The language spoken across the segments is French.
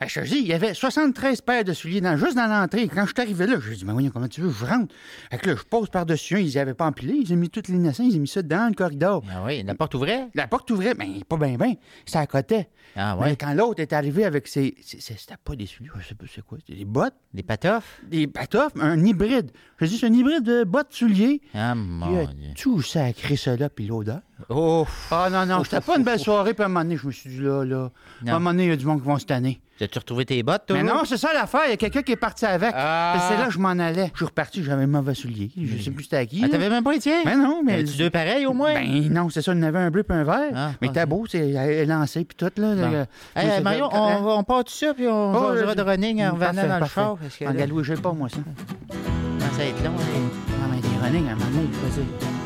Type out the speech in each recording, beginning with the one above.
Fait que je te dis, il y avait 73 paires de souliers dans- juste dans l'entrée. Quand je suis arrivé là, j'ai dit, mais voyons, comment tu veux, que je rentre. Fait que là, je pose par-dessus un, ils avaient pas empilé, ils ont mis toutes les nations, ils ont mis ça dans le corridor. Ah oui, la porte ouvrait? La porte ouvrait, mais pas bien, bien. Ça accotait. Ah Mais ouais. quand l'autre est arrivé avec ses. ses- ses- C'était pas des souliers, je sais pas c'est quoi. C'était des bottes, Des patoffes? des patoffes, un hybride. Je dis, c'est un hybride de bottes-souliers. Ah Il a mon dieu. tout sacré ça là, puis l'odeur. Oh, Ah non, non, c'était pas une belle soirée, puis à un moment donné, je me suis dit, là, là. Non. À un moment donné, il y a du monde qui vont se tanner. as-tu retrouvé tes bottes, toi? Mais non, c'est ça l'affaire. Il y a quelqu'un qui est parti avec. Ah. Puis C'est là que je m'en allais. Je suis reparti, j'avais mauvais soulier. Je sais plus c'était à qui. Ah, là. t'avais même pas les tiens? Mais non, mais. T'avais-tu deux pareils au moins? Ben non, c'est ça, il y en avait un bleu puis un vert. Ah, mais ah, t'as beau, c'est euh, lancé puis tout, là. Bon. Euh, Hey, moi, c'est- Eh, Mario, quand- on, va- on part tout ça, puis on Oh, va là, de running en Parfait, revenant dans le parfait. char. Parce que En là, galoué, j'ai pas, moi, ça. ça commence à être long. hein. là. Ah, mais des running, à un moment donné, il faisait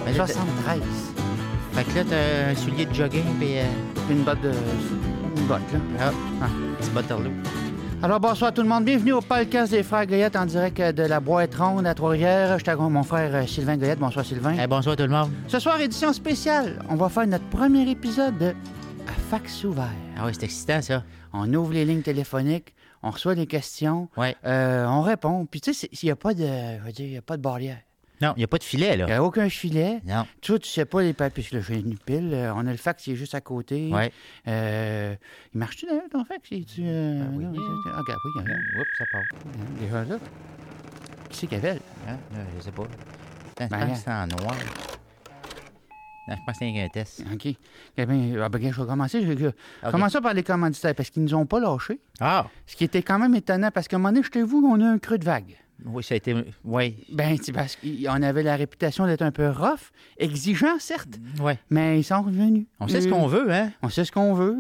Mais là, t'as- 73. Fait que là, t'as un soulier de jogging, puis euh, Puis Une botte de. Une botte, là. ah, petit butterloo. Alors, bonsoir tout le monde. Bienvenue au podcast des Frères Goyette en direct euh, de la boîte ronde à Trois-Rivières. Je t'agrande mon frère euh, Sylvain Goyette. Bonsoir, Sylvain. Hey, Eh, bonsoir tout le monde. Ce soir, édition spéciale, on va faire notre premier épisode de À fax ouvert. Ah ouais, c'est excitant, ça. On ouvre les lignes téléphoniques, on reçoit des questions, Ouais. euh, on répond. Puis tu sais, il n'y a pas de, je veux dire, il y a pas de barrière. Non, il n'y a pas de filet, Il là. n'y a aucun filet. Non. Toi, tu sais pas les papiers, puisque là, j'ai une pile. Euh, on a le fax qui est juste à côté. Ouais. Euh, il marche-tu d'ailleurs ton fax? Es-tu, euh, Ben oui. non, c'est- ah, regarde, oui, il y en a. Oups, ça part. Déjà là. Qui c'est qu'elle avait? Hein? Là, je sais pas. Attends, Ben, je pense regarde. que c'est en noir. Non, je pense que c'est un test. OK. Eh bien, ah, ben, je vais commencer. Je, je- OK. Commençons par les commanditaires, parce qu'ils nous ont pas lâchés. Ah! Ce qui était quand même étonnant, parce qu'à un moment donné, je te vous, on a un creux de vague. Oui, ça a été. Oui. Ben, c'est parce qu'on avait la réputation d'être un peu rough, exigeant, certes, Ouais. mais ils sont revenus. On sait ce Euh, qu'on veut, hein? On sait ce qu'on veut.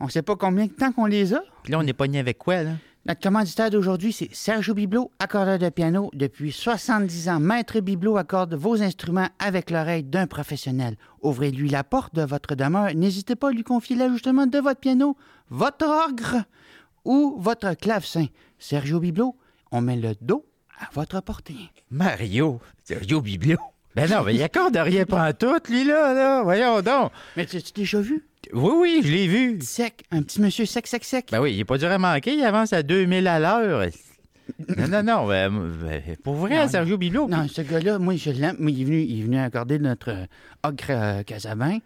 On sait pas combien de temps qu'on les a. Puis là, on est pogné avec quoi, là? Notre commanditaire d'aujourd'hui, c'est Sergio Biblo, accordeur de piano depuis 70 ans. Maître Biblo accorde vos instruments avec l'oreille d'un professionnel. Ouvrez-lui la porte de votre demeure. N'hésitez pas à lui confier l'ajustement de votre piano, votre orgue ou votre clavecin. Sergio Biblo, on met le dos à votre portée. Mario. Mario Biblio. Ben non, mais il accorde rien pantoute, lui, là, là. Voyons donc. Mais tu tu déjà vu? Oui, oui, je l'ai vu. sec, un petit monsieur sec, sec, sec. Ben oui, il est pas dur à manquer, il avance à 2000 à l'heure. Non, non, non, ben, ben, pour vrai, Non, Sergio Biblio. non, ce gars-là, moi, je l'aime. Moi, il est venu, il est venu accorder notre euh, ogre euh, Casabin.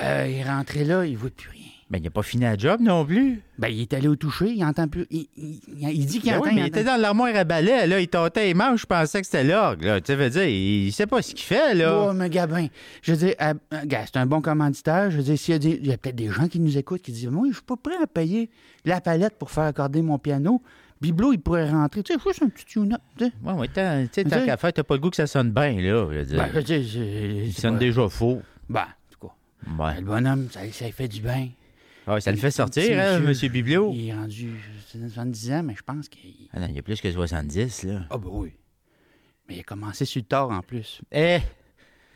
Euh, il est rentré là, il voit plus rien. Ben, il n'a pas fini la job non plus. Ben, il est allé au toucher, il entend plus. Il, il- il dit qu'il Ben entend. oui, mais il il entend- était dans l'armoire à balai, là, il tâtait les manches, je pensais que c'était l'orgue, là. Tu sais, veux dire, il sait pas ce qu'il fait, là. Oh, mais Gabin. Je veux dire, euh, euh, gars, c'est un bon commanditaire. Je veux dire, s'il y a des- il y a peut-être des gens qui nous écoutent qui disent Moi, je suis pas prêt à payer la palette pour faire accorder mon piano. Biblo, il pourrait rentrer. Tu sais, juste un petit tune-up. tu sais. Ouais, ouais, tant- tu sais, tant Mais- qu'à faire, t'as pas le goût que ça sonne bien, là. je veux dire. Ben, je veux dire, c'est- il c'est sonne pas- déjà faux. Ben, en tout cas, ben, Ouais. le bonhomme, ça, ça lui fait du bien. Ah, ça le fait Petit sortir, hein, monsieur Biblio. Il est rendu 70 ans, mais je pense qu'il. Ah non, il y a plus que 70, là. Ah, ben oui. Mais il a commencé sur le tard en plus. Eh,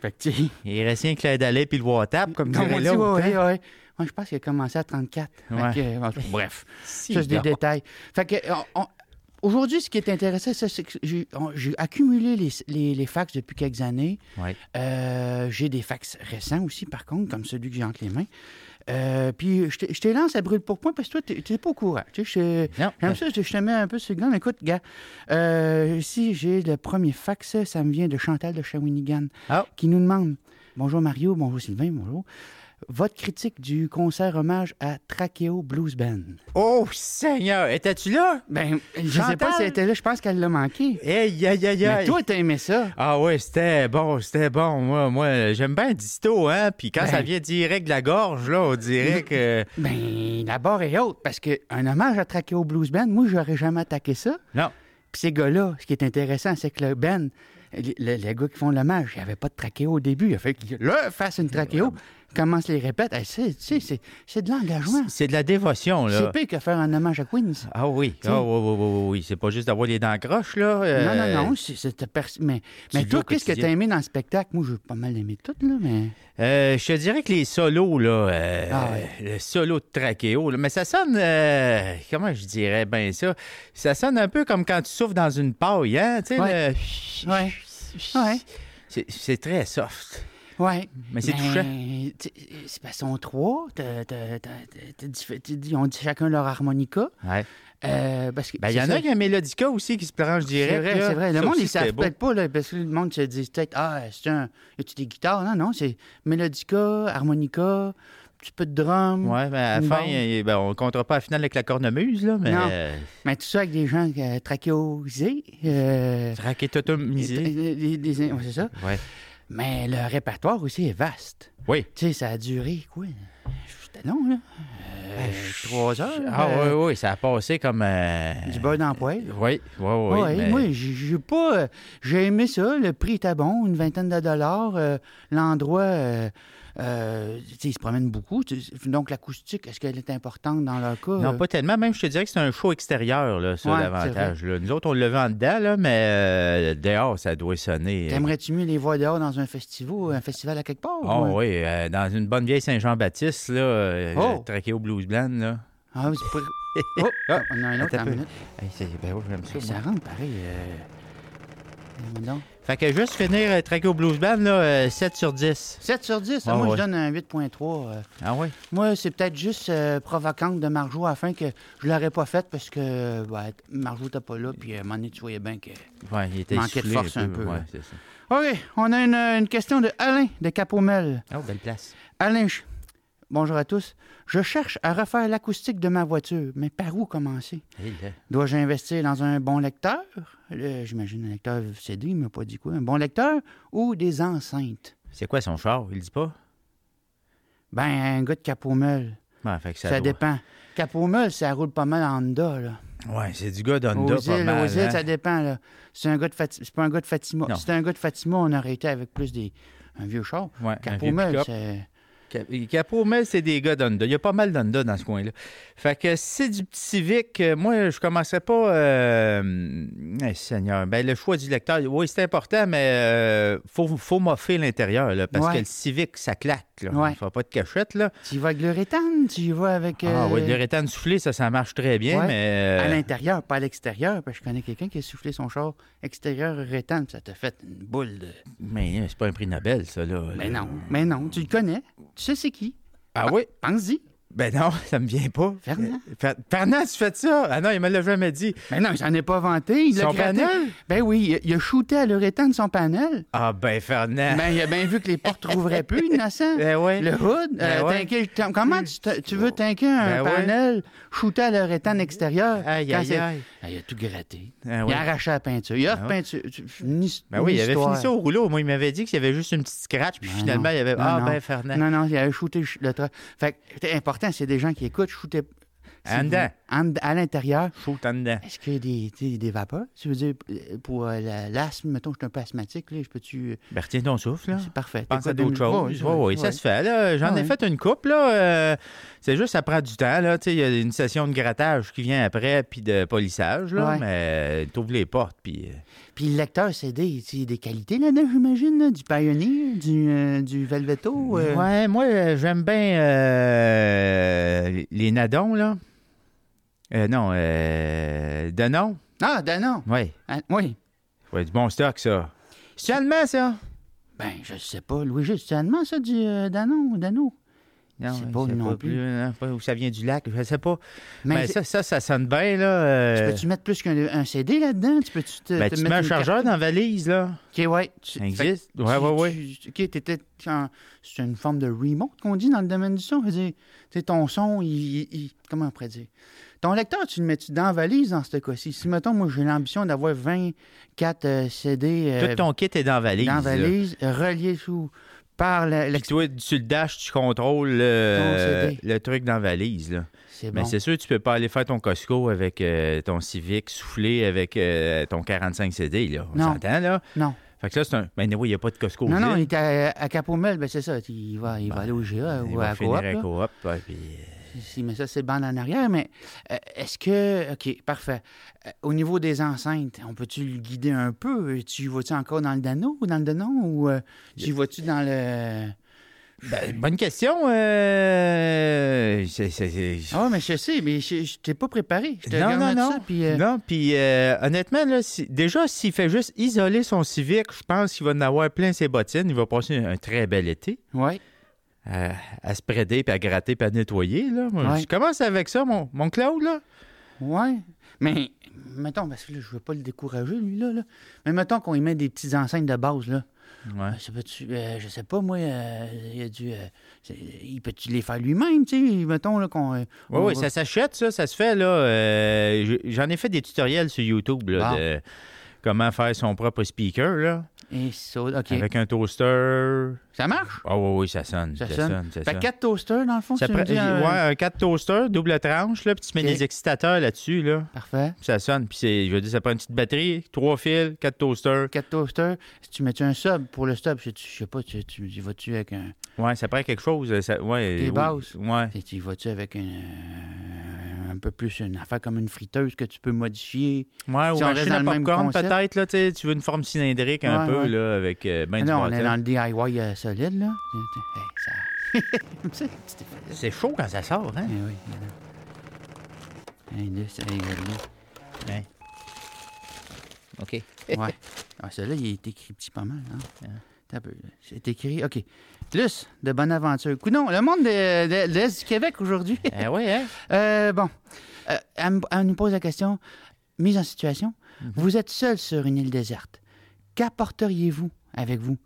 Fait que, tu sais. il reste rien que le d'aller puis le water, comme Non, dirait on dit, l'autre. ouais, hein. ouais, ouais. Moi, je pense qu'il a commencé à 34. Fait Ouais. que, euh, en tout cas, bref, Si, ça, c'est des donc. détails. Fait que, on- on- aujourd'hui, ce qui est intéressant, ça, c'est que j'ai on- j'ai accumulé les, les- les fax depuis quelques années. Ouais. Euh, j'ai des fax récents aussi, par contre, comme celui que j'ai entre les mains. Euh, puis je te- je te lance à brûle pour point parce que toi, t'es t'es pas au courant. Tu sais, je- Non. J'aime ça, je je te mets un peu sur le gang. Écoute, gars, euh, ici, j'ai le premier fax, ça me vient de Chantal de Shawinigan, Ah. qui nous demande Bonjour Mario, bonjour Sylvain, bonjour. Votre critique du concert hommage à Trachéo Blues Band. Oh, Seigneur, étais-tu là? Ben, je sais Chantal? pas si elle était là, je pense qu'elle l'a manqué. Aïe, aïe, aïe, Mais aïe. toi, t'as aimé ça. Ah ouais, c'était bon, c'était bon. Moi, moi j'aime bien Disto, hein. Puis quand Ben. ça vient direct de la gorge, là, on dirait que. Ben, la barre est haute, parce qu'un hommage à Trachéo Blues Band, moi, j'aurais jamais attaqué ça. Non. Puis ces gars-là, ce qui est intéressant, c'est que le Ben, les, les- les gars qui font l'hommage, il n'y avait pas de trachéo au début. Il a fait qu'ils leur fassent une trachéo, commencent les répètes. Eh, c'est- tu sais, c'est c'est de l'engagement. C'est de la dévotion, C'est là. pire que faire un hommage à Queens. Ah oui. Ah oui, oui, oui, oui, oui. C'est pas juste d'avoir les dents croches, là. euh, Non, non, non, c'est- c'était pers- mais, mais vis toi, au qu'est-ce que quotidien. t'as aimé dans le spectacle? Moi, j'ai pas mal aimé tout, là, mais... euh, je te dirais que les solos, là. euh, Ah ouais. Le solo de trachéo, là, Mais ça sonne. euh, comment je dirais bien ça? Ça sonne un peu comme quand tu souffles dans une paille, hein. Tu sais, Ouais. le- Ouais. Ouais. C'est- C'est très soft. Ouais. Mais c'est touchant. tu- C'est parce qu'ils sont trois. t'as- t'as- t'as- t'as- t'as diffé- t'as- ils ont dit chacun leur harmonica. Ouais. Euh, parce que Ben, il y c'est en ça. a qui a un mélodica aussi qui se planche direct. C'est vrai, là. c'est vrai. Le Ça monde, aussi, ils c'était savent beau. peut-être pas, là, parce que le monde se dit peut-être Ah, c'est un. Y a-tu des guitares Non, non, c'est mélodica, harmonica, un petit peu de drum. Ouais, mais à la Une fin, bombe. il- ben, on ne comptera pas à la finale avec la cornemuse, là, mais. Non. euh, Mais tout ça avec des gens euh, trachéosés. euh, Raquette et- automisée. et- et- des- ouais, c'est ça. Ouais. Mais le répertoire aussi est vaste. Oui. Tu sais, ça a duré, quoi C'était long, là. Euh, trois heures. Ah, euh, oui, oui, ça a passé comme. euh, Du beurre dans le poêle. Oui, oui, oui. Ouais, mais- Moi, j'ai j'ai pas. euh, J'ai aimé ça. Le prix était bon, une vingtaine de dollars. euh, L'endroit, euh, euh, tu sais, ils se promènent beaucoup. tu sais, Donc, l'acoustique, est-ce qu'elle est importante dans leur cas? Non, pas tellement. Même, je te dirais que c'est un show extérieur, là, ça, Ouais, l'avantage. là. Nous autres, on le levait en dedans, là, mais euh, dehors, ça doit sonner. euh, T'aimerais-tu mieux les voir dehors dans un festival, un festival à quelque part? Oh ou- oui, euh, dans une bonne vieille Saint-Jean-Baptiste, là, euh, Oh! traqué au blues blanc, là. Ah, oui, c'est pas- Oh, Ah, on a un autre attends en un peu. minute. Hey, c'est- ben oui, j'aime ça, moi. Ça rentre pareil. euh, dis donc. Fait que juste finir euh, traqué au blues band, là, euh, 7 sur 10. 7 sur 10, Ah, moi ouais. je donne un 8.3. euh. Ah oui? Moi, c'est peut-être juste euh, provocante de Marjo afin que je l'aurais pas faite parce que ouais, Marjo n'était pas là, puis euh, à un moment donné, tu voyais bien que. Ouais, il était Manquait de essoufflé force un peu, Ouais, là. c'est ça. OK, on a une, une question de Alain de Capomel. Oh, belle place. Alain, je- bonjour à tous. Je cherche à refaire l'acoustique de ma voiture, mais par où commencer? Hey, là. Dois-je investir dans un bon lecteur? Euh, J'imagine un lecteur CD, il m'a pas dit quoi. Un bon lecteur ou des enceintes? C'est quoi son char? Il le dit pas? Ben, un gars de Capomel, Ouais, fait que ça ça, doit- dépend. Capomel, ça roule pas mal en Honda, là. Ouais, c'est du gars Aux d'Honda îles, pas mal, aux îles, hein. ça dépend. Là. C'est, un gars de Fati- c'est pas un gars de Fatima. Non. Si c'était un gars de Fatima, on aurait été avec plus des... un vieux char. Ouais, un vieux Capomel, pick-up. c'est... Cap- Capot, mais c'est des gars d'Honda. Il y a pas mal d'Honda dans ce coin-là. Fait que c'est du petit Civic. Euh, Moi, je commencerais pas. Euh... eh, Seigneur. Ben, le choix du lecteur, oui, c'est important, mais euh, faut, faut moffer l'intérieur, là, parce Ouais. que le Civic, ça claque. Là. Ouais. Il faut pas de cachette. Là. Tu y vas avec le rétane, tu y vas avec... Ah euh, oui, de l'uréthane soufflé, ça, ça marche très bien, Ouais. mais. euh, À l'intérieur, pas à l'extérieur, parce que je connais quelqu'un qui a soufflé son char extérieur rétane, puis ça t'a fait une boule de... Mais euh, c'est pas un prix Nobel, ça, là. Mais non, mais non, tu le connais, tu sais c'est qui. Ah oui? Pense-y. Ben non, ça me vient pas. Fernand. Euh, Fer- Fernand, tu fais ça? Ah non, il me l'a jamais dit. Mais non, il s'en est pas vanté, il l'a Son gratté. panel? Ben oui, il a- il a shooté à l'urétane son panel. Ah ben, Fernand. Ben, il a bien vu que les portes rouvraient plus, innocent. Ben ouais. Le hood, euh, Ben ouais. t'inquiète, t'in- comment tu, te- tu veux t'inquiéter un Ben ouais. panel shooté à leur étang extérieur? Aïe, quand aïe, c'est- aïe. Ah, il a tout gratté. Ah Il ouais. a arraché la peinture. Il a repeinture. Une his- Ben oui, une il avait histoire. fini ça au rouleau. Moi, il m'avait dit qu'il y avait juste une petite scratch, puis Ben finalement, non. il y avait. Non, ah non. ben, Fernand. Non, non, il avait shooté le ch- le truc. Fait que, c'est important, c'est des gens qui écoutent, shooter. En dedans. En- à l'intérieur. Shoot en dedans. Est-ce qu'il y a des, tu sais, des vapeurs? Tu veux dire, euh, pour euh, la- l'asthme, mettons, je suis un peu asthmatique, là, je peux-tu. euh, Ben, retiens ton souffle, là. C'est parfait. Pense à T'écoutes d'autres une- choses. Ouais, Ouais, ouais, ouais, Oh, ça ouais. se fait. là. J'en ai Ouais. fait une coupe. là. Euh, c'est juste, ça prend du temps. là. Tu sais, Il y a une session de grattage qui vient après, puis de polissage. Là, Ouais. Mais euh, t'ouvres les portes, puis. euh, Puis le lecteur CD, il y a des qualités là-dedans, j'imagine, là, du Pioneer, du, euh, du Velvetto. euh. Ouais, moi, euh, j'aime bien euh, les nadons, là. Euh, non, euh, Denon. Ah, Danon. Oui. Ah, oui. Ouais, du bon stock, ça. C'est allemand, ça? Ben, je sais pas. Louis-Juste, c'est allemand, ça, du euh, Danon ou Dano? Non, C'est je pas sais non plus. non, pas où ça vient du lac, je sais pas. Mais Mais Ben, ça, ça, ça sonne bien, là. euh, tu peux-tu mettre plus qu'un un CD là-dedans? Tu peux-tu te, ben, te tu mettre mets un une chargeur dans la valise, là. carte- OK, ouais. Tu- Ça fait existe? que Ouais, tu- ouais, ouais. tu- OK, t'étais... en- C'est une forme de remote qu'on dit dans le domaine du son. Je veux dire, Tu sais, ton son, il, il- il- Comment on pourrait dire? Ton lecteur, tu le mets-tu dans la valise dans ce cas-ci? Si, mettons, moi, j'ai l'ambition d'avoir 24 euh, CD... euh, Tout ton kit est dans la valise. dans la là. valise, relié sous par la- Puis l'ex- toi, sur le dash, tu contrôles euh, Ton CD. le truc dans la valise, là. C'est Mais bon. c'est sûr, tu peux pas aller faire ton Costco avec euh, ton Civic soufflé avec euh, ton 45 CD, là. On Non. s'entend, là? Non. Fait que là, c'est un... Mais oui, il n'y a pas de Costco. Non, aux non, il îles. est à, à Capomel, ben c'est ça. Il va, il va aller au GA Bah, Il ou va euh, à finir Coop. à là. Coop, ouais, puis, euh, Si- Mais ça, c'est bande en arrière. Mais euh, est-ce que. OK, parfait. Euh, au niveau des enceintes, on peut-tu le guider un peu? Tu y vas-tu encore dans le Dano ou dans le Denon? Ou euh, tu y vas-tu dans le. Ben, bonne question. euh, c'est- c'est- c'est- Ah ouais, mais je sais, mais je, je t'ai pas préparé. Je te Non, non, regarde non. ça, puis, euh, Non, puis euh, honnêtement, là, si- déjà, s'il fait juste isoler son civique, je pense qu'il va en avoir plein ses bottines. Il va passer un, un très bel été Ouais. à, à se préder, puis à gratter, puis à nettoyer. Là. Moi, Ouais. Je commence avec ça, mon, mon Claude. Là. Ouais. Mais, mettons, parce que là, je veux pas le décourager, lui, là. là. Mais mettons qu'on y met des petites enseignes de base, là. Ouais. Ça peut-tu, euh, je sais pas, moi, euh, il a dû. euh, c'est- il peut-tu les faire lui-même, tu sais, mettons, là, qu'on. euh, Oui, on oui, va- ça s'achète, ça, ça se fait, là. Euh, j- J'en ai fait des tutoriels sur YouTube, là, Ah. de comment faire son propre speaker, là, Et ça, OK. avec un toaster. Ça marche? Ah oui, oui, ça sonne, ça, sonne. ça Fait sonne. quatre toasters, dans le fond, Ça tu prend- me dis, euh, Ouais, un 4 toaster, double tranche, là, puis tu mets Ok. des excitateurs là-dessus, là. Parfait. puis ça sonne, puis c'est, je veux dire, ça prend une petite batterie, trois fils, quatre toasters. Quatre toasters. Si tu mets-tu un sub pour le sub, je je sais pas, tu, tu y vas-tu avec un. Ouais, ça prend quelque chose. euh, Ça, ouais, Des oui, bases. Ouais. Tu y vas-tu avec un. euh, un peu plus une affaire comme une friteuse que tu peux modifier? Ouais, ou on reste machine dans à le même popcorn, concept. peut-être, là, tu sais, tu veux une forme cylindrique un Ouais, peu, ouais. là, avec euh, ben Ah du non, on est bâton. dans le DIY euh, solide, là. Hey, ça. Comme ça, petit effet. C'est chaud quand ça sort, hein? Eh oui, madame. Hey, là, c'est- hey, là, OK. là. Ouais. Ah, celui-là, il est écrit petit pas mal, hein? T'as un peu, là. C'est écrit, OK. Plus de bonne aventure. Coudon, le monde de, de- de l'Est du Québec aujourd'hui. Ah ouais, hein? Euh, bon, Euh, elle, me- elle nous pose la question, mise en situation. Mhm. Vous êtes seul sur une île déserte. Qu'apporteriez-vous avec vous?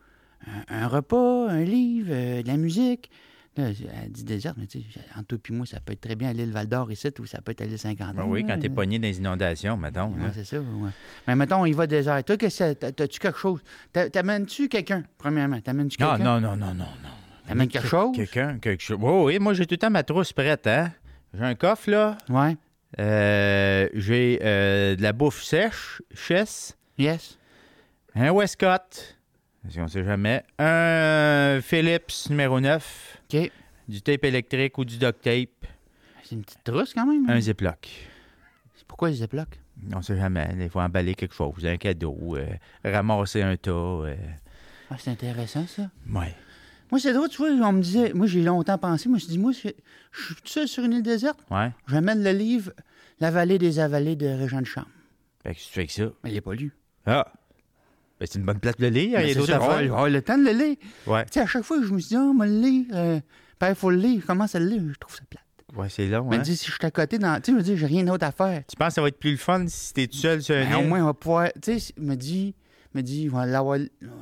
Un, un repas, un livre, euh, de la musique? Là, elle dit déserte, mais tu sais, en tout puis moi, ça peut être très bien à l'île Val-d'Or ici, ou ça peut être à l'île Saint-Quentin. Ben oui, quand t'es là. pogné dans les inondations, mettons. hein. Ouais, là. c'est ça, ouais. Mais mettons, il va désert. Toi, qu'est-ce que t'as- t'as-tu quelque chose? T'a- T'amènes-tu quelqu'un, premièrement? T'amènes-tu Non, quelqu'un? Ah, Oh. non, non, non, non, non. T'amènes quelque chose? Quelqu'un, quelque chose. Oui, oui, moi, j'ai tout le temps ma trousse prête, hein? J'ai un coffre, là. Ouais. Euh, j'ai euh, de la bouffe sèche, chesse, Yes. un Westcott, si on sait jamais, un Philips numéro 9, OK. du tape électrique ou du duct tape, C'est une petite trousse quand même. hein? un Ziploc. Pourquoi ils se bloquent? On sait jamais, il faut emballer quelque chose, un cadeau, euh, ramasser un tas. euh, Ah, c'est intéressant, ça. ouais. Moi, c'est drôle, tu vois, on me disait, moi, j'ai longtemps pensé, moi, je me suis dit, moi, c'est- je suis tout seul sur une île déserte, Ouais. j'amène le livre La vallée des avalées de Régent de Charme. Fait que si tu fais que ça. Mais il n'est pas lu. Ah! Ben, c'est une bonne place de le lire, il y Mais a c'est d'autres ça, affaires. oh, oh, le temps de le lire. Tu Ouais. sais, à chaque fois que je me suis dit, oh, on va le lire, euh, ben, il faut le lire, je commence à le lire, je trouve ça plate. Ouais, c'est long, Je hein? me dis, si je suis à côté, dans... tu sais, je me dis, j'ai rien d'autre à faire. Tu penses que ça va être plus le fun si t'es tout seul sur un Ben, au île? moins, on va pouvoir. Tu sais, il me dit, il me dit, on va l'avoir-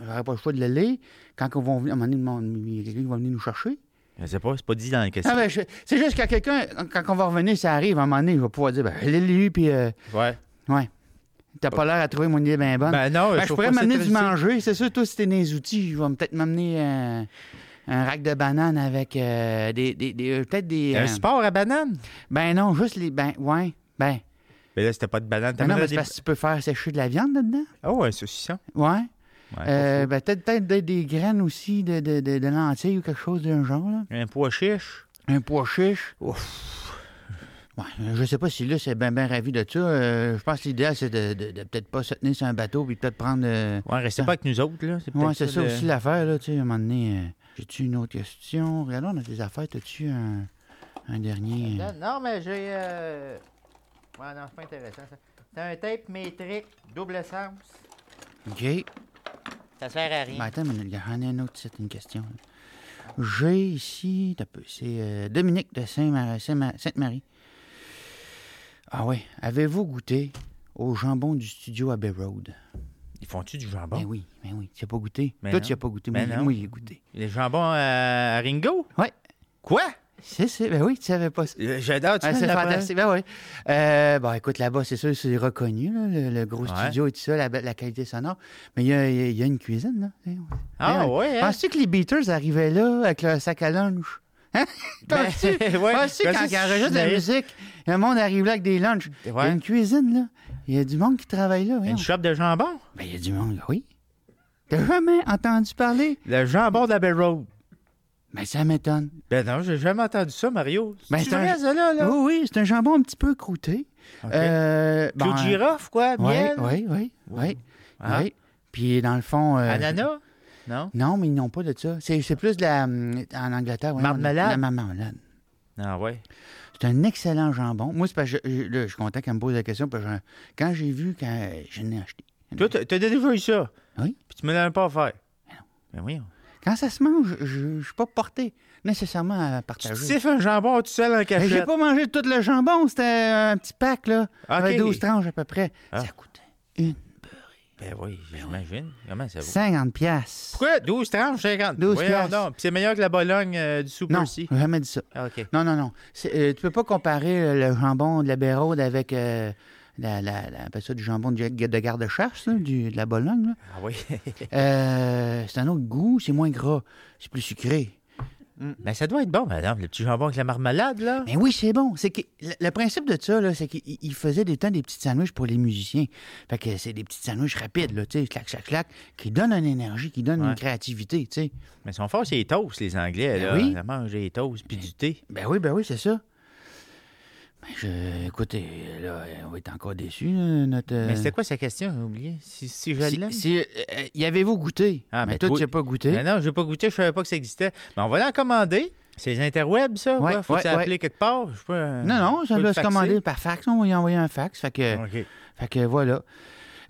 j'aurai pas le choix de le lire. Quand on va venir, à un moment donné, le monde- il y a quelqu'un qui va venir nous chercher. Je sais pas, c'est pas dit dans la Ah, question. ben, je- c'est juste quand quelqu'un, quand on va revenir, ça arrive, à un moment donné, je vais pouvoir dire, ben, je l'ai lu, puis euh, Ouais. t'as pas l'air à trouver mon idée bien bonne. Ben non, Ben, je trouve pourrais pas ça m'amener très du utile. manger, c'est sûr, toi, si t'es dans les outils, je vais peut-être m'amener un, un rack de bananes avec euh, des, des, des- euh, peut-être des. Un euh, sport à banane? ben non, juste les. Ben, ouais. Ben, Mais là, c'était pas de banane. ben non, T'amènerais mais c'est parce que tu peux faire sécher de la viande là-dedans. des- Oh, un saucisson. Ouais. Ouais, Euh, pas ben, peut-être peut-être des, des graines aussi de, de, de, de lentilles ou quelque chose d'un genre. Là. fou. Un pois chiche. Un pois chiche. Ouf. Ouais, euh, je sais pas si là, c'est bien ben ravi de ça. Euh, je pense que l'idéal, c'est de, de- de peut-être pas se tenir sur un bateau puis peut-être prendre. euh, Ouais, restez Ah. pas avec nous autres, là. C'est peut-être Ouais, c'est ça le- aussi l'affaire, là, tu sais, à un moment donné. euh, J'ai-tu une autre question? Regardons, on a des affaires. T'as-tu un, un dernier? euh, Non, non, mais j'ai. euh, Ouais, non, c'est pas intéressant, ça. C'est un tape métrique, double sens. OK. Ça sert à rien. Ben, attends, mais j'en ai un autre, c'est une question. là. J'ai ici, t'as peu, c'est euh, Dominique de Saint-Marie- Saint-Ma- Sainte-Marie. Ah oui, avez-vous goûté au jambon du studio Abbey Road? Ils font-tu du Ben jambon? oui, ben oui, tu n'as pas goûté. Ben Toi, non. tu n'as pas goûté, Ben moi, non. moi, j'ai goûté. Les jambons à... à Ringo? Ouais. Quoi? C'est, c'est, ben oui, tu savais pas ça. Euh, J'adore, tu Ah, me c'est l'apprends. fantastique. Ben oui. Euh, bon, écoute, là-bas, c'est sûr, c'est reconnu, là, le, le gros Ouais. studio et tout ça, la, be- la qualité sonore. Mais il y a, il y a- il y a une cuisine, là. Ah, Ben, ouais, hein? Penses-tu que les Beatles arrivaient là avec leur sac à lunch? Hein? Ben, Penses-tu? ouais. Penses-tu Ben, quand ça, ils enregistrent de la c'est- musique, le monde arrive là avec des lunchs? Il y a Ouais. une cuisine, là. Il y a du monde qui travaille là. voyons. Une shop de jambon? Ben, il y a du monde, oui. T'as jamais entendu parler? Le jambon de la Bell Road. Ben, ça m'étonne. Ben non, j'ai jamais entendu ça, Mario. Ben, c'est c'est un- vrai, ça, là? là? Oui, oui, c'est un jambon un petit peu croûté. Ok. Euh, Clou de ben, girofle, quoi? Oui, Miel? oui, oui, oui. Ah. Puis dans le fond. euh, Ananas? Non? Non, mais ils n'ont pas de ça. C'est c'est plus de la. hum, En Angleterre, oui. Marmelade? La marmelade. Ah ouais. C'est un excellent jambon. Moi, c'est parce que je, je- là, je suis content qu'elle me pose la question. Parce que je- quand j'ai vu, quand euh, je l'ai acheté. Toi, t'as t'as déjà eu ça. Oui. Puis tu me l'as pas offert. Ben voyons. Quand ça se mange, je ne suis pas porté nécessairement à Tu te partager. siffles un jambon tout seul en Mais Ben J'ai cachette. pas mangé tout le jambon. C'était un petit pack, là. Avec Ok. 12 tranches à peu près. Ah. Ça coûtait une. Ben oui, j'imagine. Comment ça vaut? 50 piastres. Pourquoi? 12 tranches, 50. 12 Voyons piastres. donc. Puis c'est meilleur que la Bologne euh, du Super Non, C. j'ai jamais dit ça. Ah, OK. Non, non, non. C'est- euh, tu peux pas comparer euh, le jambon de la Béraude avec euh, la, la- la- on appelle ça du jambon de, de garde-chasse, là, du- de la Bologne. là. Ah oui. Euh, c'est un autre goût, c'est moins gras, c'est plus sucré. Mais Ben, ça doit être bon, madame, le petit jambon avec la marmelade, là. Mais oui, c'est bon. C'est que le le principe de ça, là, c'est qu'il il faisait des temps des petites sandwichs pour les musiciens. Fait que c'est des petites sandwichs rapides, là, tu sais, clac, clac, clac, qui donnent une énergie, qui donnent Ouais. une créativité, tu sais. Mais ils sont forts, c'est les toasts, les Anglais, Ben là. oui. Ils mangent des toasts puis du thé. Ben oui, ben oui, c'est ça. Ben, je, écoutez, là, on est encore déçus, là, notre. euh, Mais c'était quoi sa question? J'ai oublié. Si, si je l'aime? si, si, euh, y avez-vous goûté? Ah, mais ben, toi, toi- tu n'as pas goûté. Mais non, j'ai pas goûté, je savais pas que ça existait. Mais on va l'en commander. C'est les interwebs, ça? Ouais, quoi? Faut ouais, que ça ouais. appelé quelque part? Je peux, euh, Non, non, je ça peux le doit se faxer. commander Euh, par fax. On va y envoyer un fax. Fait que, OK. fait que voilà.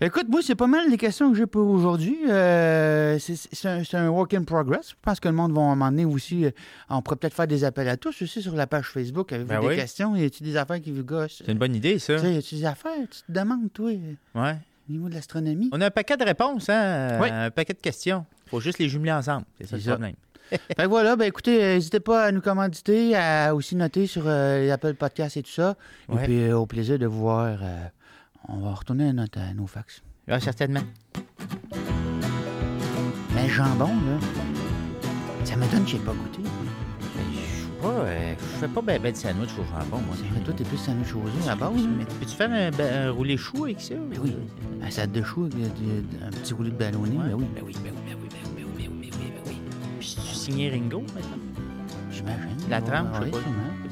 Écoute, moi, c'est pas mal les questions que j'ai pour aujourd'hui. Euh, c'est- c'est un, c'est un work in progress. Je pense que le monde va m'emmener aussi. euh, On pourrait peut-être faire des appels à tous aussi sur la page Facebook. Avez-vous Ben des oui. questions? Y a-t-il des affaires qui vous gossent? C'est une bonne idée, ça. Tu sais, y a-t-il des affaires? Tu te demandes, toi, euh, Ouais. au niveau de l'astronomie? On a un paquet de réponses, hein? Oui. Un paquet de questions. Faut juste les jumeler ensemble. C'est ça C'est le ça. problème. Fait que voilà, ben écoutez, euh, n'hésitez pas à nous commanditer, à aussi noter sur euh, les Apple Podcasts et tout ça. Ouais. Et puis, euh, au plaisir de vous voir. euh, on va retourner à, notre, à nos fax. Ah, certainement. Mais le jambon, là, ça m'étonne que j'ai pas goûté. Ben, Je sais pas, euh, je fais pas ben, ben de sandwich au jambon, moi. Mais toi, t'es plus à chose à la base. Mais peux-tu faire un, ben, un roulé chou avec ça? Ben oui, un sac de choux avec euh, du- un petit rouleau de ballonné, ben oui, Ben oui, ben oui, ben oui, ben oui, ben oui, ben oui, ben oui, ben oui. Puis si tu signais Ringo, maintenant? j'imagine. La trame, je sais Oui, pas. sûrement. C'est